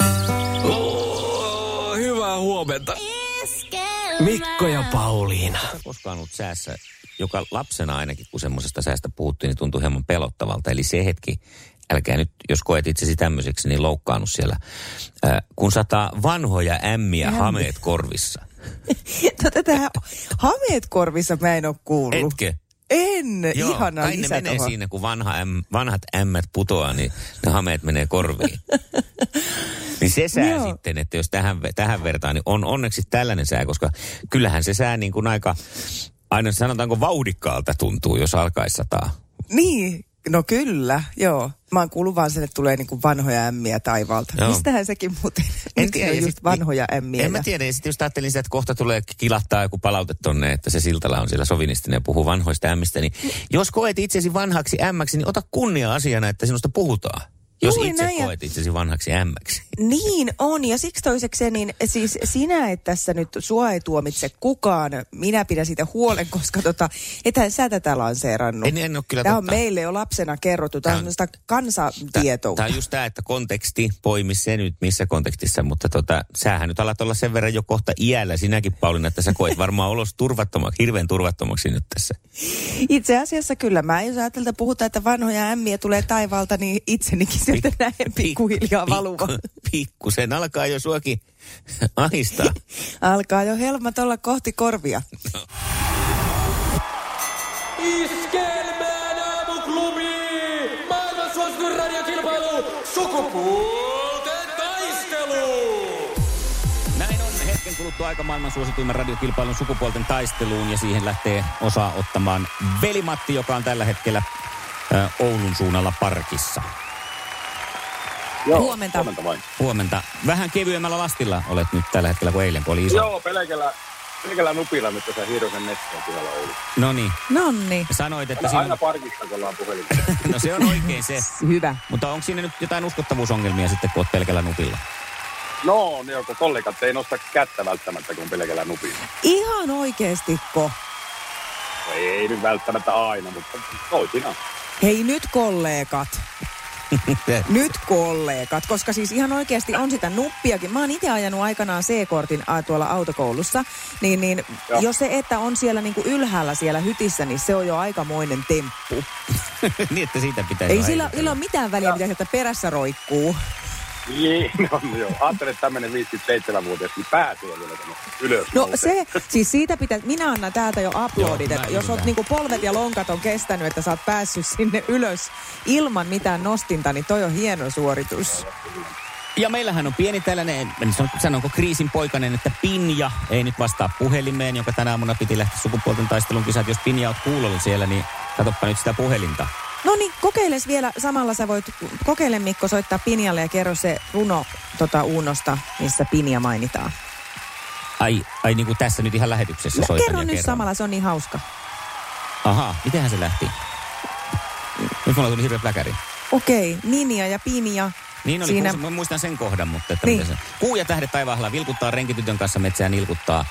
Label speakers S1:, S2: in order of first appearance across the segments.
S1: Oh, huomenta. Mikko ja Pauliina.
S2: koskaan ollut säässä, joka lapsena ainakin, kun semmoisesta säästä puhuttiin, niin tuntui hieman pelottavalta. Eli se hetki, älkää nyt, jos koet itsesi tämmöiseksi, niin loukkaannut siellä, äh, kun sataa vanhoja ämmiä hameet korvissa.
S3: No tätä hameet korvissa mä en ole kuullut.
S2: Etkö?
S3: En,
S2: Joo,
S3: ihana
S2: kai ne
S3: lisä
S2: menee
S3: tohon.
S2: siinä, kun vanha äm, vanhat ämmät putoaa, niin ne hameet menee korviin. niin se sää
S3: Joo.
S2: sitten, että jos tähän, ve- tähän vertaan, niin on onneksi tällainen sää, koska kyllähän se sää niin kuin aika, aina sanotaanko vauhdikkaalta tuntuu, jos alkaisi sataa.
S3: Niin, no kyllä, joo. Mä oon kuullut vaan sen, että tulee niinku vanhoja ämmiä taivaalta.
S2: Joo.
S3: Joo. Mistähän sekin muuten? Miksi ne
S2: ja
S3: on just
S2: sit- niin-
S3: vanhoja ämmiä?
S2: En mä
S3: ja-
S2: tiedä, ja sitten jos ajattelin sitä, että kohta tulee kilahtaa joku palaute tonne, että se Siltala on siellä sovinistinen ja puhuu vanhoista ämmistä, niin jos koet itsesi vanhaksi ämmäksi, niin ota kunnia asiana, että sinusta puhutaan. Jos
S3: Juuri
S2: itse
S3: näin, ja-
S2: koet itsesi vanhaksi ämmäksi.
S3: Niin on, ja siksi toisekseen, niin siis sinä et tässä nyt sua ei tuomitse kukaan. Minä pidän siitä huolen, koska tota, ethän sä tätä lanseerannut.
S2: En- en oo kyllä
S3: Tämä on
S2: totta.
S3: meille jo lapsena kerrottu. Tämä on
S2: Tää on-
S3: semmoista
S2: Tä-
S3: kansantietoutta.
S2: Tää on just tämä, että konteksti, poimi se nyt missä kontekstissa, mutta tota, sähän nyt alat olla sen verran jo kohta iällä sinäkin, Pauliina, että sä koet varmaan olos turvattomaksi, hirveän turvattomaksi nyt tässä.
S3: Itse asiassa kyllä. Mä jos ajatelta puhutaan, että vanhoja ämmiä tulee taivaalta, niin itsenikin sieltä näen pikkuhiljaa valuva.
S2: Pikkusen alkaa jo suokin ahistaa.
S3: Alkaa jo helmat olla kohti korvia.
S4: Iskelmään aamuklubi! Maailman suosituin radiokilpailu! Sukupuolten taistelu!
S2: Näin on hetken kuluttua aika maailman suosituimman radiokilpailun sukupuolten taisteluun ja siihen lähtee osaa ottamaan velimatti, joka on tällä hetkellä ö, Oulun suunnalla parkissa.
S5: Joo,
S3: Huomenta.
S5: Huomenta vain.
S2: Huomenta. Vähän kevyemmällä lastilla olet nyt tällä hetkellä kuin eilen, kun oli iso.
S5: Joo, pelkällä, pelkällä nupilla nyt tässä hiirosen nesteen pihalla ollut.
S2: No niin,
S3: Nonni.
S2: sanoit, että
S5: Aina, aina
S2: siinä...
S5: parkissa, kun ollaan puhelimessa.
S2: No se on oikein se.
S3: Hyvä.
S2: Mutta onko siinä nyt jotain uskottavuusongelmia sitten, kun olet pelkällä nupilla?
S5: No, ne joku kollegat ei nosta kättä välttämättä, kun on pelkällä nupilla.
S3: Ihan oikeestiko?
S5: No Ei nyt välttämättä aina, mutta toisinaan.
S3: Hei nyt kollegat. Nyt kollegat, koska siis ihan oikeasti on sitä nuppiakin. Mä oon itse ajanut aikanaan C-kortin ä, tuolla autokoulussa, niin, niin
S5: Joo.
S3: jos se, että on siellä niinku ylhäällä siellä hytissä, niin se on jo aikamoinen temppu.
S2: niin, että siitä pitäisi
S3: Ei
S2: vähän
S3: sillä,
S2: heitellä.
S3: sillä ole mitään väliä, mitä sieltä perässä roikkuu.
S5: Niin, no joo. Ajattelin, että tämmöinen 57-vuotias, niin pääsee vielä tänne ylös.
S3: No
S5: nousee.
S3: se, siis siitä pitää, minä annan täältä jo aplodit,
S2: Joo,
S3: että
S2: mä
S3: jos
S2: yritän.
S3: oot niinku polvet ja lonkat on kestänyt, että sä oot päässyt sinne ylös ilman mitään nostinta, niin toi on hieno suoritus.
S2: Ja meillähän on pieni tällainen, en sano- sanonko kriisin poikainen, että Pinja ei nyt vastaa puhelimeen, jonka tänä aamuna piti lähteä sukupuolten taistelun kisat. Jos Pinja oot kuulolla siellä, niin katsoppa nyt sitä puhelinta.
S3: No niin, kokeiles vielä. Samalla sä voit, kokeile Mikko soittaa Pinjalle ja kerro se runo tota Uunosta, missä Pinja mainitaan.
S2: Ai, ai niin kuin tässä nyt ihan lähetyksessä
S3: No,
S2: soitan
S3: kerro
S2: ja
S3: nyt
S2: kerron.
S3: samalla, se on niin hauska.
S2: Aha, mitenhän se lähti? Nyt mulla tuli hirveä pläkäri.
S3: Okei, Ninja ja Pinja.
S2: Niin oli, Siinä...
S3: Siinä-
S2: mä muistan sen kohdan, mutta että
S3: Niin.
S2: niin. se... Kuu ja tähdet taivaalla vilkuttaa, renkitytön kanssa metsään ilkuttaa.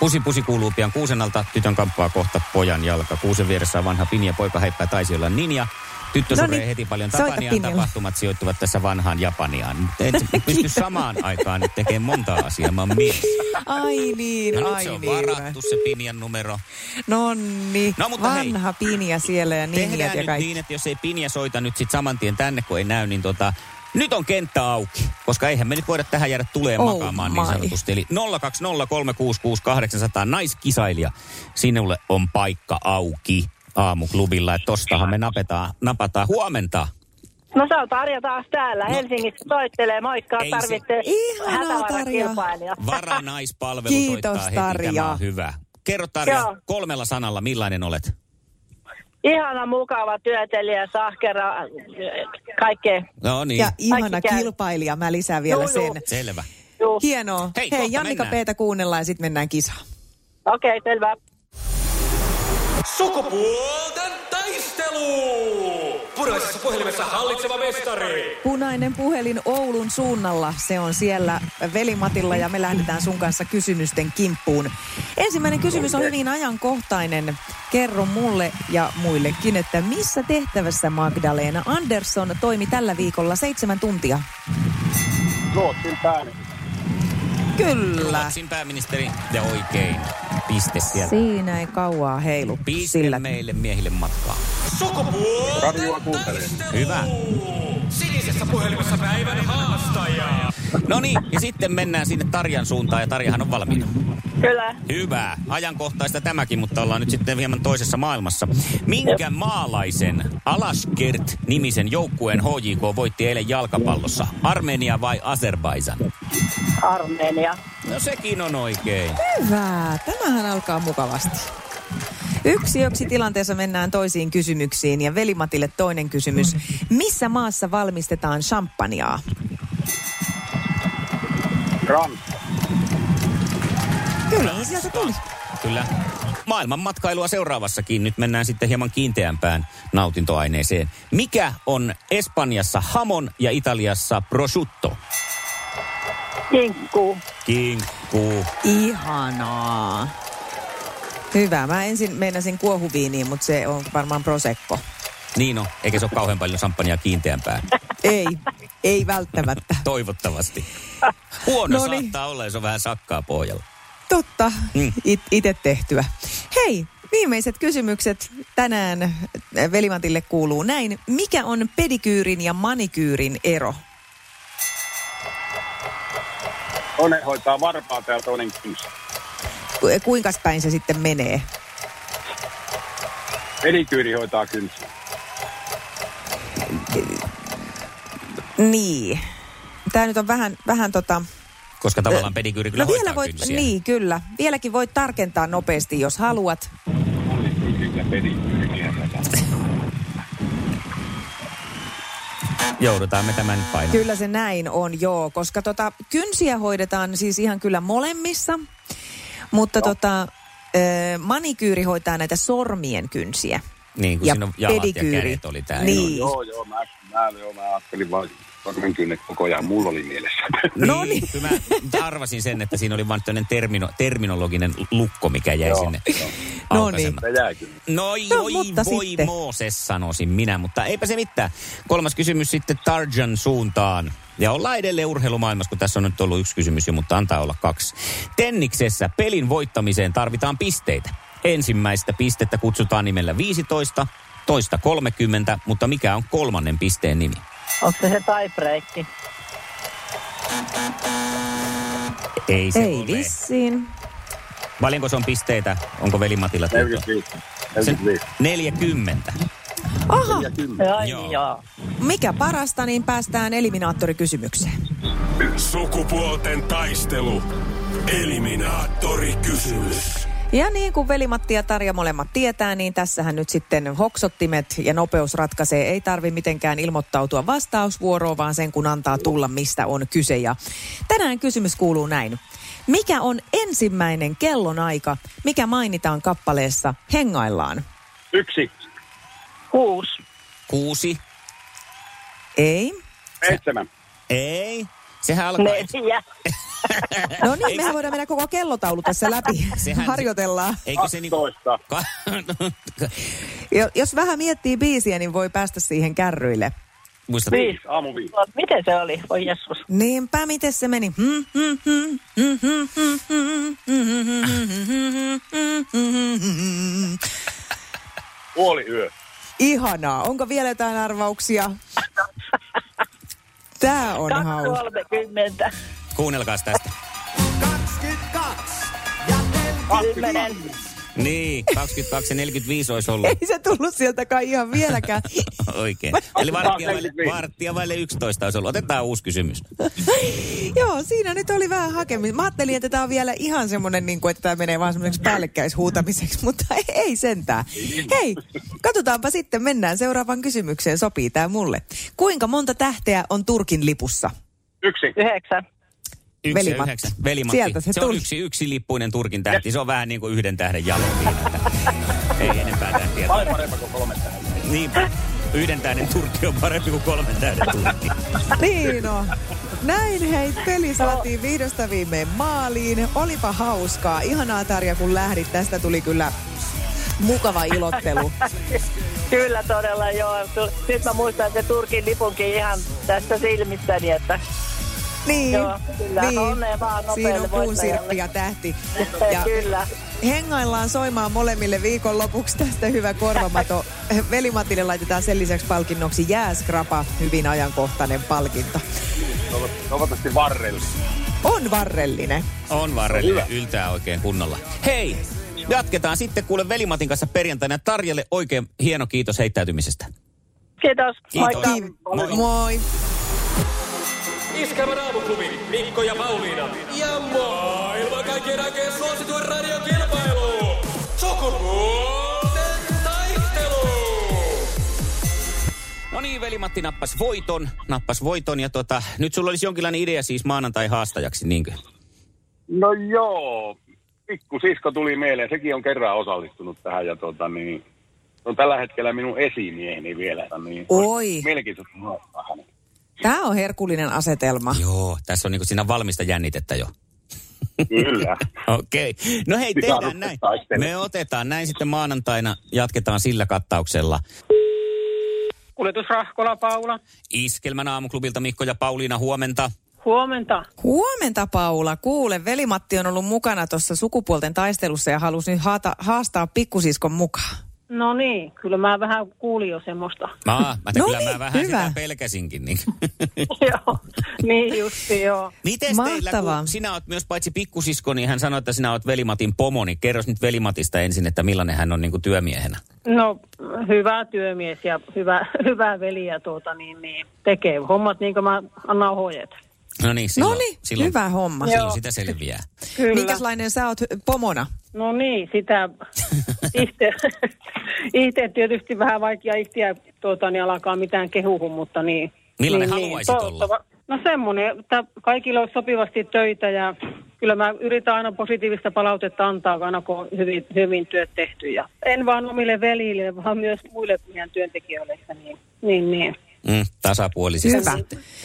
S2: Pusi pusi kuuluu pian kuusen alta, tytön kamppaa kohta pojan jalka. Kuusen vieressä on vanha Pini ja poika heippää taisiolla Ninja. Tyttö
S3: No
S2: suree
S3: niin,
S2: heti paljon
S3: soita
S2: Tapaniaan,
S3: Pinjalle.
S2: tapahtumat sijoittuvat tässä vanhaan Japaniaan. Et sä pysty samaan aikaan nyt tekemään monta asiaa, mä oon mies.
S3: Ai niin,
S2: No, nyt
S3: ai
S2: se on
S3: niin.
S2: varattu se Pinjan numero.
S3: Nonni,
S2: No, mutta hei.
S3: vanha Pinja siellä ja Ninjat
S2: Tehdään
S3: ja
S2: nyt
S3: kaikki.
S2: niin, että jos ei Pinja soita nyt sit saman tien tänne, kun ei näy, niin tota, nyt on kenttä auki. Koska eihän me nyt voida tähän jäädä tuleen
S3: Oh
S2: makaamaan niin
S3: my.
S2: sanotusti. Eli 020366800 naiskisailija, sinulle on paikka auki aamuklubilla. Että tostahan me napetaan, napataan huomenta.
S6: No se on Tarja taas täällä. No. Helsingissä soittelee. Moikka,
S2: Ei se-
S6: tarvitte
S3: Ihanaa, Tarja.
S6: hätävarakilpailija.
S2: Varanaispalvelu
S3: Kiitos,
S2: soittaa heti. Tämä
S3: Tarja.
S2: on hyvä. Kerro Tarja
S6: Joo.
S2: kolmella sanalla, millainen olet?
S6: Ihana, mukava työtelijä, sahkera, äh, kaikkea.
S2: No niin,
S3: Ja ihana
S6: Kaikki käy.
S3: kilpailija, mä lisään vielä
S6: Joo, joo.
S3: sen.
S2: selvä.
S6: Juu.
S3: Hienoa.
S2: Hei,
S3: Hei,
S2: kohta
S3: Jannika
S2: mennään.
S3: P-tä kuunnellaan ja sitten mennään kisaan.
S6: Okei, okay, selvä.
S4: Sukupuolten taistelu! Puraisessa puhelimessa hallitseva mestari!
S3: Punainen puhelin Oulun suunnalla. Se on siellä Velimatilla ja me lähdetään sun kanssa kysymysten kimppuun. Ensimmäinen kysymys on hyvin ajankohtainen. Kerro mulle ja muillekin, että missä tehtävässä Magdalena Andersson toimi tällä viikolla seitsemän tuntia?
S5: Ruotsin päälle.
S3: Kyllä.
S2: Ruotsin pääministeri ja oikein. Piste sieltä.
S3: Siinä ei kauaa heilu
S2: Piste
S3: sillä.
S2: meille miehille matkaa.
S5: Radioa kuuntelee.
S2: Hyvä.
S4: Sinisessä puhelimessa päivän haastaja.
S2: No niin, ja sitten mennään sinne Tarjan suuntaan ja Tarjahan on valmiina.
S6: Kyllä.
S2: Hyvä. Ajankohtaista tämäkin, mutta ollaan nyt sitten hieman toisessa maailmassa. Minkä maalaisen Alaskert-nimisen joukkueen HJK voitti eilen jalkapallossa? Armenia vai Azerbaijan?
S6: Armeenia.
S2: No sekin on oikein.
S3: Hyvä. Tämähän alkaa mukavasti. Yksi yksi tilanteessa mennään toisiin kysymyksiin ja Velimatille toinen kysymys. Missä maassa valmistetaan champagnea?
S5: Ranska.
S3: Kyllä, niin sieltä tuli.
S2: Kyllä. Maailman matkailua seuraavassakin. Nyt mennään sitten hieman kiinteämpään nautintoaineeseen. Mikä on Espanjassa hamon ja Italiassa prosciutto?
S6: Kinkku.
S2: Kinkku.
S3: Ihanaa. Hyvä. Mä ensin meinasin kuohuviiniin, mutta se on varmaan prosekko.
S2: Niin on. Eikä se ole kauhean paljon samppania kiinteämpään.
S3: Ei, ei välttämättä.
S2: Toivottavasti. Huono
S3: No niin.
S2: saattaa olla, jos on vähän sakkaa pohjalla.
S3: Totta,
S2: Mm.
S3: It, itse tehtyä. Hei, viimeiset kysymykset tänään Velimatille kuuluu näin. Mikä on pedikyyrin ja manikyyrin ero?
S5: Toinen hoitaa varpaat ja toinen kynsa.
S3: Ku- Kuinka päin se sitten menee?
S5: Pedikyyri hoitaa kynsiä.
S3: Niin. Tämä nyt on vähän, vähän tota...
S2: Koska tavallaan pedikyyri kyllä
S3: no vielä
S2: hoitaa
S3: voit,
S2: kynsiä.
S3: Niin, kyllä. Vieläkin voit tarkentaa nopeasti, jos haluat.
S5: Kyllä pedikyyri.
S2: Joudutaan me tämän painamaan.
S3: Kyllä se näin on, joo, koska tota, kynsiä hoidetaan siis ihan kyllä molemmissa, mutta tota, ö, manikyyri hoitaa näitä sormien kynsiä.
S2: Niin kuin
S3: Ja
S2: siinä on jalat
S3: pedikyyri.
S2: ja kädet oli tää.
S3: Niin.
S2: joo.
S5: Joo, joo, mä, mä, joo, mä ajattelin vaan sormen kynnet koko ajan. Mulla oli mielessä.
S3: No
S2: Niin,
S3: niin.
S2: kyllä mä nyt arvasin sen, että siinä oli vain tämmöinen termino, terminologinen lukko, mikä jäi
S5: Joo,
S2: sinne
S5: joo.
S3: No
S2: aukaisematta.
S5: Se jää kyllä.
S2: No
S3: No,
S2: joi,
S3: mutta
S2: voi
S3: sitten.
S2: Mooses, sanoisin minä, mutta eipä se mitään. Kolmas kysymys sitten Tarjan suuntaan. Ja ollaan edelleen urheilumaailmassa, kun tässä on nyt ollut yksi kysymys jo, mutta antaa olla kaksi. Tenniksessä pelin voittamiseen tarvitaan pisteitä. Ensimmäistä pistettä kutsutaan nimellä 15, toista 30, mutta mikä on kolmannen pisteen nimi?
S6: Onko se se tiebreakki?
S2: Ei se
S3: Ei
S2: ole.
S3: vissiin.
S2: Paljonko se on pisteitä? Onko velimatilla tietoa?
S5: 45.
S2: Sen
S5: 45.
S2: 40.
S3: Aha,
S5: Ja kymmen.
S6: Joo,
S2: Joo.
S6: joo. joo.
S3: mikä parasta, niin päästään eliminaattorikysymykseen.
S4: Sukupuolten taistelu. Eliminaattori kysymys.
S3: Ja niin kuin Velimatti ja Tarja molemmat tietää, niin tässähän nyt sitten hoksottimet ja nopeus ratkaisee. Ei tarvi mitenkään ilmoittautua vastausvuoroon, vaan sen kun antaa tulla, mistä on kyse. Ja tänään kysymys kuuluu näin. Mikä on ensimmäinen kellonaika, mikä mainitaan kappaleessa Hengaillaan?
S5: Yksi.
S6: Kuusi.
S2: Kuusi.
S3: Ei?
S5: Seitsemän.
S2: Ei. Sehän alkaa...
S6: Neljä.
S3: No niin, mehän voidaan mennä koko kellotaulu tässä läpi.
S2: Sehän-
S3: Harjoitellaan.
S2: Eikö se niinku...
S5: 12.
S2: Ka-
S3: Jo- Jos vähän miettii biisiä, niin voi päästä siihen kärryille.
S2: Muistat?
S3: Niin.
S6: Viisi.
S5: Aamu viisi.
S6: No, Miten se oli? Voi Jeesus.
S3: Niinpä, miten se meni? Hmm, hmm, hmm, hmm, hmm, hmm, hmm, hmm, hmm, hmm, hmm, hmm, hmm.
S5: Puoli yö.
S3: Ihanaa. Onko vielä jotain arvauksia? Tää on
S6: Kaksi
S3: hauska.
S6: kolmekymmentä.
S2: Kuunnelkaa tästä.
S6: Kymmenen.
S2: Niin, 22 ja 45 olisi ollut.
S3: Ei se tullut sieltä kai ihan vieläkään.
S2: Oikein. Eli varttia vaille,
S5: 25.
S2: varttia vaille 11 olisi ollut. Otetaan uusi kysymys.
S3: Joo, siinä nyt oli vähän hakemista. Mä ajattelin, että tää on vielä ihan semmonen, niin kuin, että tää menee vaan semmoiseksi päällekkäishuutamiseksi, mutta ei sentään. Hei, katsotaanpa sitten, mennään seuraavaan kysymykseen. Sopii tää mulle. Kuinka monta tähteä on Turkin lipussa?
S5: Yksi.
S6: Yhdeksän.
S2: Yksi
S3: Velimatti.
S2: ja yhdeksän. Velimatti.
S3: Sieltä se
S2: se on
S3: tuli.
S2: yksi, yksi lippuinen Turkin tähti. Se on vähän niin kuin yhden tähden jaloviin. Ei enempää tähtiä.
S5: Paljon parempi kuin kolme tähden.
S2: Niin, yhden tähden Turkki on parempi kuin kolmen tähden Turkki.
S3: Niin on. Näin hei, peli saatiin vihdosta viimein maaliin. Olipa hauskaa. Ihanaa Tarja, kun lähdit. Tästä tuli kyllä mukava ilottelu.
S6: Kyllä todella joo. Nyt mä muistan se Turkin lipunkin ihan tästä silmistäni, niin että
S3: Niin,
S6: Joo, kyllä.
S3: niin.
S6: Onnea vaan nopealle
S3: Siinä on puunsirppi ja tähti. Ja
S6: Kyllä.
S3: hengaillaan soimaan molemmille viikonlopuksi tästä hyvä korvamato. Velimatille laitetaan sen lisäksi palkinnoksi jääskrapa, hyvin ajankohtainen palkinto.
S5: Toivottavasti varrella.
S3: On varrellinen.
S2: On varrelle, yltää oikein kunnolla. Hei, jatketaan sitten kuule Velimatin kanssa perjantaina. Tarjalle oikein hieno kiitos heittäytymisestä.
S6: Kiitos. Moikka.
S3: Kiitos. Moi. Moi.
S4: Iskävä raamuklubi Mikko ja Pauliina. Ja maailman kaikkien aikeen suosituen radiokilpailu. Sukupuolten taistelu.
S2: No niin, Velimatti nappas voiton, nappas voiton ja tota, nyt sulla olisi jonkinlainen idea siis maanantai haastajaksi, niinkö?
S5: No joo, pikku sisko tuli mieleen. Sekin on kerran osallistunut tähän ja tota niin... Se on tällä hetkellä minun esimieheni vielä. että Niin,
S3: Oi.
S5: Mielenkiintoista haastaa hänet.
S3: Tämä on herkullinen asetelma.
S2: Joo, tässä on niinku siinä valmista jännitettä jo.
S5: Kyllä.
S2: Okei. Okay. No hei, tehdään
S5: Sisarukset
S2: näin.
S5: taistelee.
S2: Me otetaan näin sitten maanantaina, jatketaan sillä kattauksella.
S6: Kuljetus Rahkola, Paula.
S2: Iskelmän aamuklubilta Mikko ja Pauliina, huomenta.
S6: Huomenta.
S3: Huomenta Paula. Kuule, velimatti on ollut mukana tuossa sukupuolten taistelussa ja halusi nyt haata, haastaa pikkusiskon mukaan.
S6: No niin, kyllä mä vähän kuulin jo semmoista.
S2: Aa, mä,
S3: No
S2: no kyllä
S3: niin,
S2: mä vähän
S3: hyvä.
S2: sitä pelkäsinkin. Niin.
S6: joo, niin justi joo.
S2: Mites teillä,
S3: Mahtavaa.
S2: kun sinä oot myös paitsi pikkusisko, niin hän sanoi, että sinä oot Velimatin pomo, niin kerros nyt Velimatista ensin, että millainen hän on niin kuin työmiehenä.
S6: No hyvä työmies ja hyvä, hyvä veli ja tuota niin, niin tekee hommat niin kuin mä annan ohjeet.
S2: No niin, silloin,
S3: No niin,
S2: silloin,
S3: hyvä homma.
S2: silloin
S6: Joo.
S2: sitä selviää.
S6: Kyllä.
S3: Minkäslainen sä oot äh, pomona?
S6: No niin, sitä itse, itse tietysti vähän vaikea itseä tuota, niin alkaa mitään kehuhun, mutta niin.
S2: Millainen
S6: niin,
S2: haluaisit olla?
S6: toivottava- No semmoinen, että kaikilla olisi sopivasti töitä ja kyllä mä yritän aina positiivista palautetta antaa, aina kun on hyvin, hyvin työt tehty. Ja en vaan omille veljille, vaan myös muille meidän työntekijöille. että Niin, niin, niin.
S2: Mm, tasapuolisesti.
S3: Hyvä.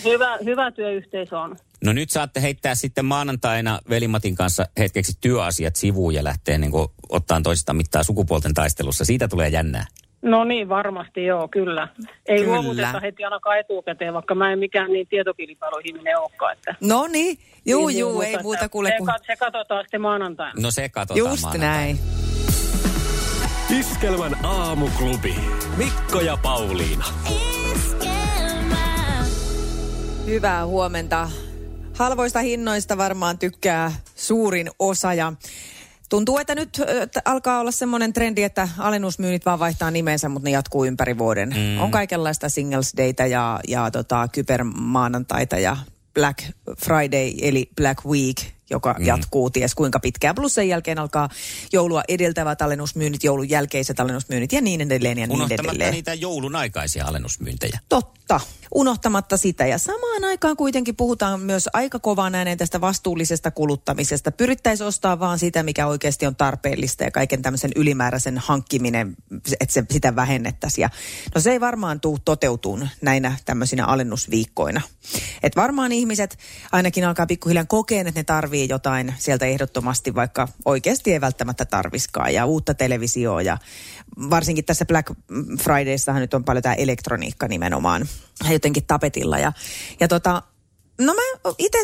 S6: Hyvä, hyvä työyhteisö on.
S2: No nyt saatte heittää sitten maanantaina Velimatin kanssa hetkeksi työasiat sivuun ja lähtee niin ottaan toisistaan mittaa sukupuolten taistelussa. Siitä tulee jännää.
S6: No niin, varmasti joo, kyllä. Ei
S3: Kyllä.
S6: luovuteta heti ainakaan etukäteen, vaikka mä en mikään niin tietokilpailuihminen olekaan. Että
S3: No niin, juu
S6: Niin,
S3: juu,
S6: mutta
S3: ei muuta
S6: että
S3: kuule
S6: Se,
S3: kuin...
S6: kat- se katsotaan sitten maanantaina.
S2: No se katsotaan
S3: Just
S2: maanantaina.
S3: näin.
S4: Iskelmän aamuklubi. Mikko ja Pauliina.
S1: Iskelmää.
S3: Hyvää huomenta. Halvoista hinnoista varmaan tykkää suurin osa ja tuntuu, että nyt ö, t- alkaa olla semmoinen trendi, että alennusmyynnit vaan vaihtaa nimensä, mutta ne jatkuu ympäri vuoden. Mm. On kaikenlaista Singles Dayta ja, ja tota, kybermaanantaita ja Black Friday eli Black Week, joka mm. jatkuu ties kuinka pitkään. Plus sen jälkeen alkaa joulua edeltävät alennusmyynnit, joulun jälkeiset alennusmyynnit ja niin edelleen ja niin
S2: Unohtamatta
S3: edelleen.
S2: niitä joulun aikaisia alennusmyyntejä.
S3: Totta, unohtamatta sitä. Ja samaan aikaan kuitenkin puhutaan myös aika kovaan ääneen tästä vastuullisesta kuluttamisesta. Pyrittäisiin ostaa vaan sitä, mikä oikeasti on tarpeellista ja kaiken tämmöisen ylimääräisen hankkiminen, että se, sitä vähennettäisiin. Ja no se ei varmaan tule toteutuun näinä tämmöisinä alennusviikkoina. Et varmaan ihmiset ainakin alkaa pikkuhiljaa kokeen, että ne tarvii jotain sieltä ehdottomasti, vaikka oikeasti ei välttämättä tarviskaan. Ja uutta televisioa ja varsinkin tässä Black Fridayssahan nyt on paljon tämä elektroniikka nimenomaan jotenkin tapetilla. Ja, ja tota, no mä itse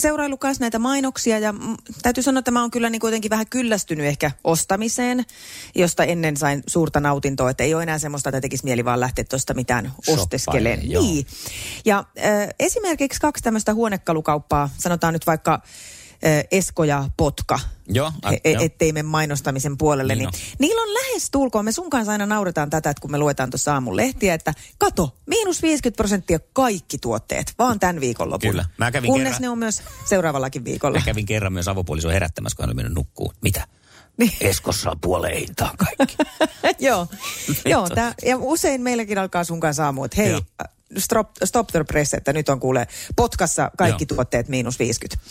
S3: seurailu kanssa näitä mainoksia ja mm, täytyy sanoa, että mä oon kyllä niin kuitenkin vähän kyllästynyt ehkä ostamiseen, josta ennen sain suurta nautintoa, että ei ole enää semmoista, että tekisi mieli vaan lähteä tuosta mitään
S2: Shoppailee,
S3: osteskeleen.
S2: joo.
S3: Niin. Ja äh, esimerkiksi kaksi tämmöistä huonekalukauppaa, sanotaan nyt vaikka äh, Esko ja Potka,
S2: Joo, a-
S3: e- e-
S2: joo.
S3: ettei me mainostamisen puolelle,
S2: Niin
S3: niin,
S2: on.
S3: niin niillä on lähes tulkoon, me sun kanssa aina nauretaan tätä, että kun me luetaan tuossa aamun lehtiä, että kato, miinus 50 prosenttia kaikki tuotteet, vaan tämän viikonlopun.
S2: Kyllä. Mä kävin
S3: Kunnes
S2: kerran-
S3: ne on myös seuraavallakin viikolla.
S2: Mä kävin kerran myös avopuolison herättämässä, kun hän oli mennyt nukkuun. Mitä?
S3: Niin.
S2: Eskossa on puoleen hintaan kaikki.
S3: Joo, Joo tää, ja usein meilläkin alkaa sun kanssa aamu, että hei,
S2: Joo.
S3: äh, stop, stop the press, että nyt on kuule potkassa kaikki
S2: Joo.
S3: tuotteet miinus 50.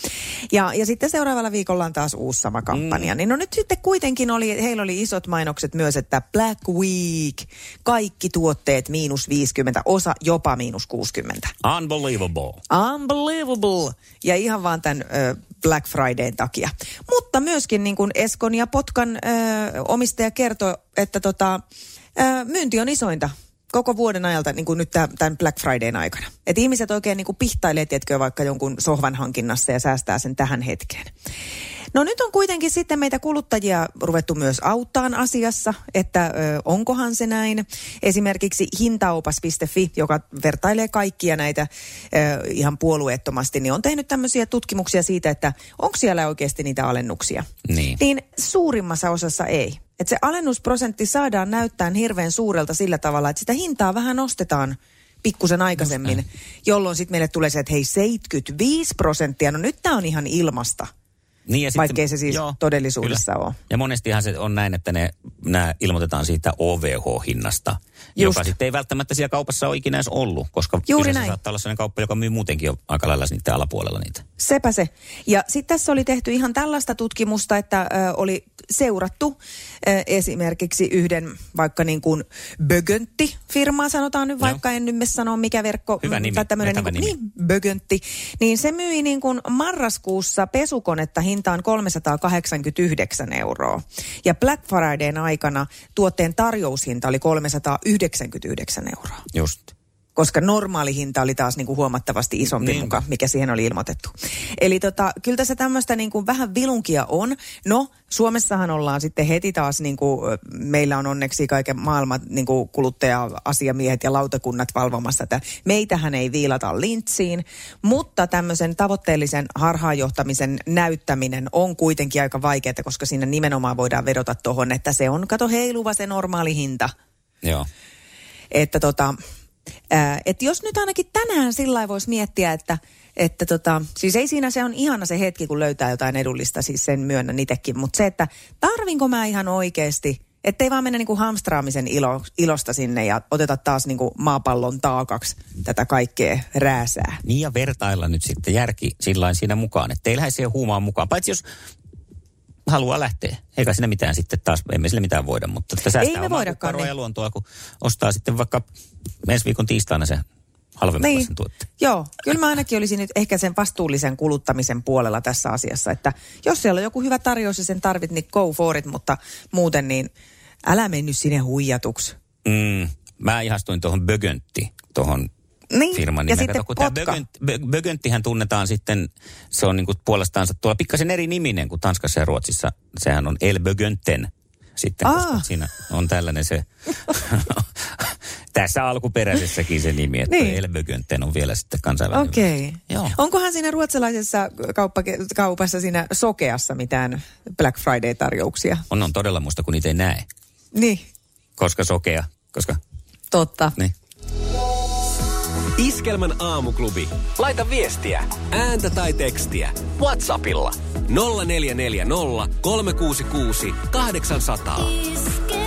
S3: Ja, ja sitten seuraavalla viikolla on taas uusi sama kampanja. Mm. Niin no nyt sitten kuitenkin oli, heillä oli isot mainokset myös, että Black Week, kaikki tuotteet miinus 50, osa jopa miinus 60.
S2: Unbelievable.
S3: Unbelievable. Ja ihan vaan tämän ö, Black Fridayn takia. Mutta myöskin niin kuin Eskon ja Potkan ö, omistaja kertoi, että tota, ö, myynti on isointa koko vuoden ajalta, niin kuin nyt tämän Black Fridayn aikana. Että ihmiset oikein niin kuin pihtailee, tietkö, vaikka jonkun sohvan hankinnassa ja säästää sen tähän hetkeen. No nyt on kuitenkin sitten meitä kuluttajia ruvettu myös auttaan asiassa, että ö, onkohan se näin. Esimerkiksi hintaopas.fi, joka vertailee kaikkia näitä ö, ihan puolueettomasti, niin on tehnyt tämmöisiä tutkimuksia siitä, että onko siellä oikeasti niitä alennuksia.
S2: Niin.
S3: Niin suurimmassa osassa ei. Että se alennusprosentti saadaan näyttää hirveän suurelta sillä tavalla, että sitä hintaa vähän nostetaan pikkusen aikaisemmin, jolloin sitten meille tulee se, että hei 75 prosenttia, no nyt tämä on ihan ilmasta.
S2: Niin ja
S3: Vaikkei se siis todellisuudessa ole.
S2: Ja monestihan se on näin, että ne, nämä ilmoitetaan siitä OVH-hinnasta,
S3: Just.
S2: joka sitten ei välttämättä siellä kaupassa ole ikinä edes ollut, koska
S3: Juuri
S2: kyseessä
S3: näin.
S2: saattaa olla sellainen kauppa, joka myy muutenkin jo aika lailla niiden alapuolella niitä.
S3: Sepä se. Ja sitten tässä oli tehty ihan tällaista tutkimusta, että ö, oli seurattu ö, esimerkiksi yhden vaikka niin kuin bögöntti firmaa sanotaan nyt, vaikka en nyt me sano mikä verkko.
S2: Hyvä
S3: mm,
S2: nimi,
S3: tai tämmöinen niin,
S2: vetävä
S3: kuin,
S2: nimi.
S3: niin bögöntti, niin se myi niin kuin marraskuussa pesukonetta hintaan 389 euroa. Ja Black Fridayn aikana tuotteen tarjoushinta oli 399 euroa
S2: Just.
S3: koska normaali hinta oli taas niin kuin huomattavasti isompi
S2: Niinpä.
S3: muka, mikä siihen oli ilmoitettu. Eli tota, kyllä tässä tämmöistä niin kuin vähän vilunkia on. No, Suomessahan ollaan sitten heti taas, niin kuin, ö, meillä on onneksi kaiken maailman niin kuin kuluttaja-asiamiehet ja lautakunnat valvomassa, että meitähän ei viilata lintsiin, mutta tämmöisen tavoitteellisen harhaanjohtamisen näyttäminen on kuitenkin aika vaikeaa, koska siinä nimenomaan voidaan vedota tuohon, että se on, kato heiluva se normaali hinta
S2: Joo.
S3: että tota, ää, et jos nyt ainakin tänään sillä lailla voisi miettiä, että, että tota, siis ei siinä se on ihana se hetki, kun löytää jotain edullista, siis sen myönnän itsekin, mutta se, että tarvinko mä ihan oikeasti, ettei vaan mennä niinku hamstraamisen ilo, ilosta sinne ja oteta taas niinku maapallon taakaksi tätä kaikkea rääsää.
S2: Niin ja vertailla nyt sitten järki sillä lailla siinä mukaan, että ei lähde siihen huumaan mukaan, paitsi jos haluaa lähteä. Eikä siinä mitään sitten taas, emme sillä mitään voida, mutta että säästää
S3: Ei me
S2: omaa
S3: voidakaan,
S2: kukkaroa
S3: niin.
S2: ja luontoa, kun ostaa sitten vaikka ensi viikon tiistaina se
S3: Niin.
S2: halvemmalla sen tuotteen.
S3: Joo, kyllä mä ainakin olisin nyt ehkä sen vastuullisen kuluttamisen puolella tässä asiassa, että jos siellä on joku hyvä tarjous ja sen tarvit, niin go for it, mutta muuten niin älä mennyt sinne huijatuksi.
S2: Mm, mä ihastuin tuohon Bögöntti, tuohon
S3: Niin,
S2: firman
S3: ja
S2: nimen.
S3: sitten
S2: Kato, kun tää
S3: Kotka.
S2: Bögönt- Bö- Bögönttihän tunnetaan sitten, se on niinku puolestaansa tuolla pikkasen eri niminen kuin Tanskassa ja Ruotsissa. Sehän on El Bögönten sitten, koska
S3: Aa.
S2: siinä on tällainen se, tässä alkuperäisessäkin se nimi, että
S3: Niin.
S2: niin. El Bögönten on vielä sitten kansainvälinen.
S3: Okei.
S2: Joo.
S3: Onkohan siinä ruotsalaisessa kauppa- kaupassa siinä sokeassa mitään Black Friday-tarjouksia?
S2: On, on todella muista, kun niitä ei näe,
S3: Niin,
S2: koska sokea, koska
S3: totta.
S2: niin.
S4: Iskelmän aamuklubi. Laita viestiä, ääntä tai tekstiä. WhatsAppilla 0440 366 800.
S1: Iskelmä.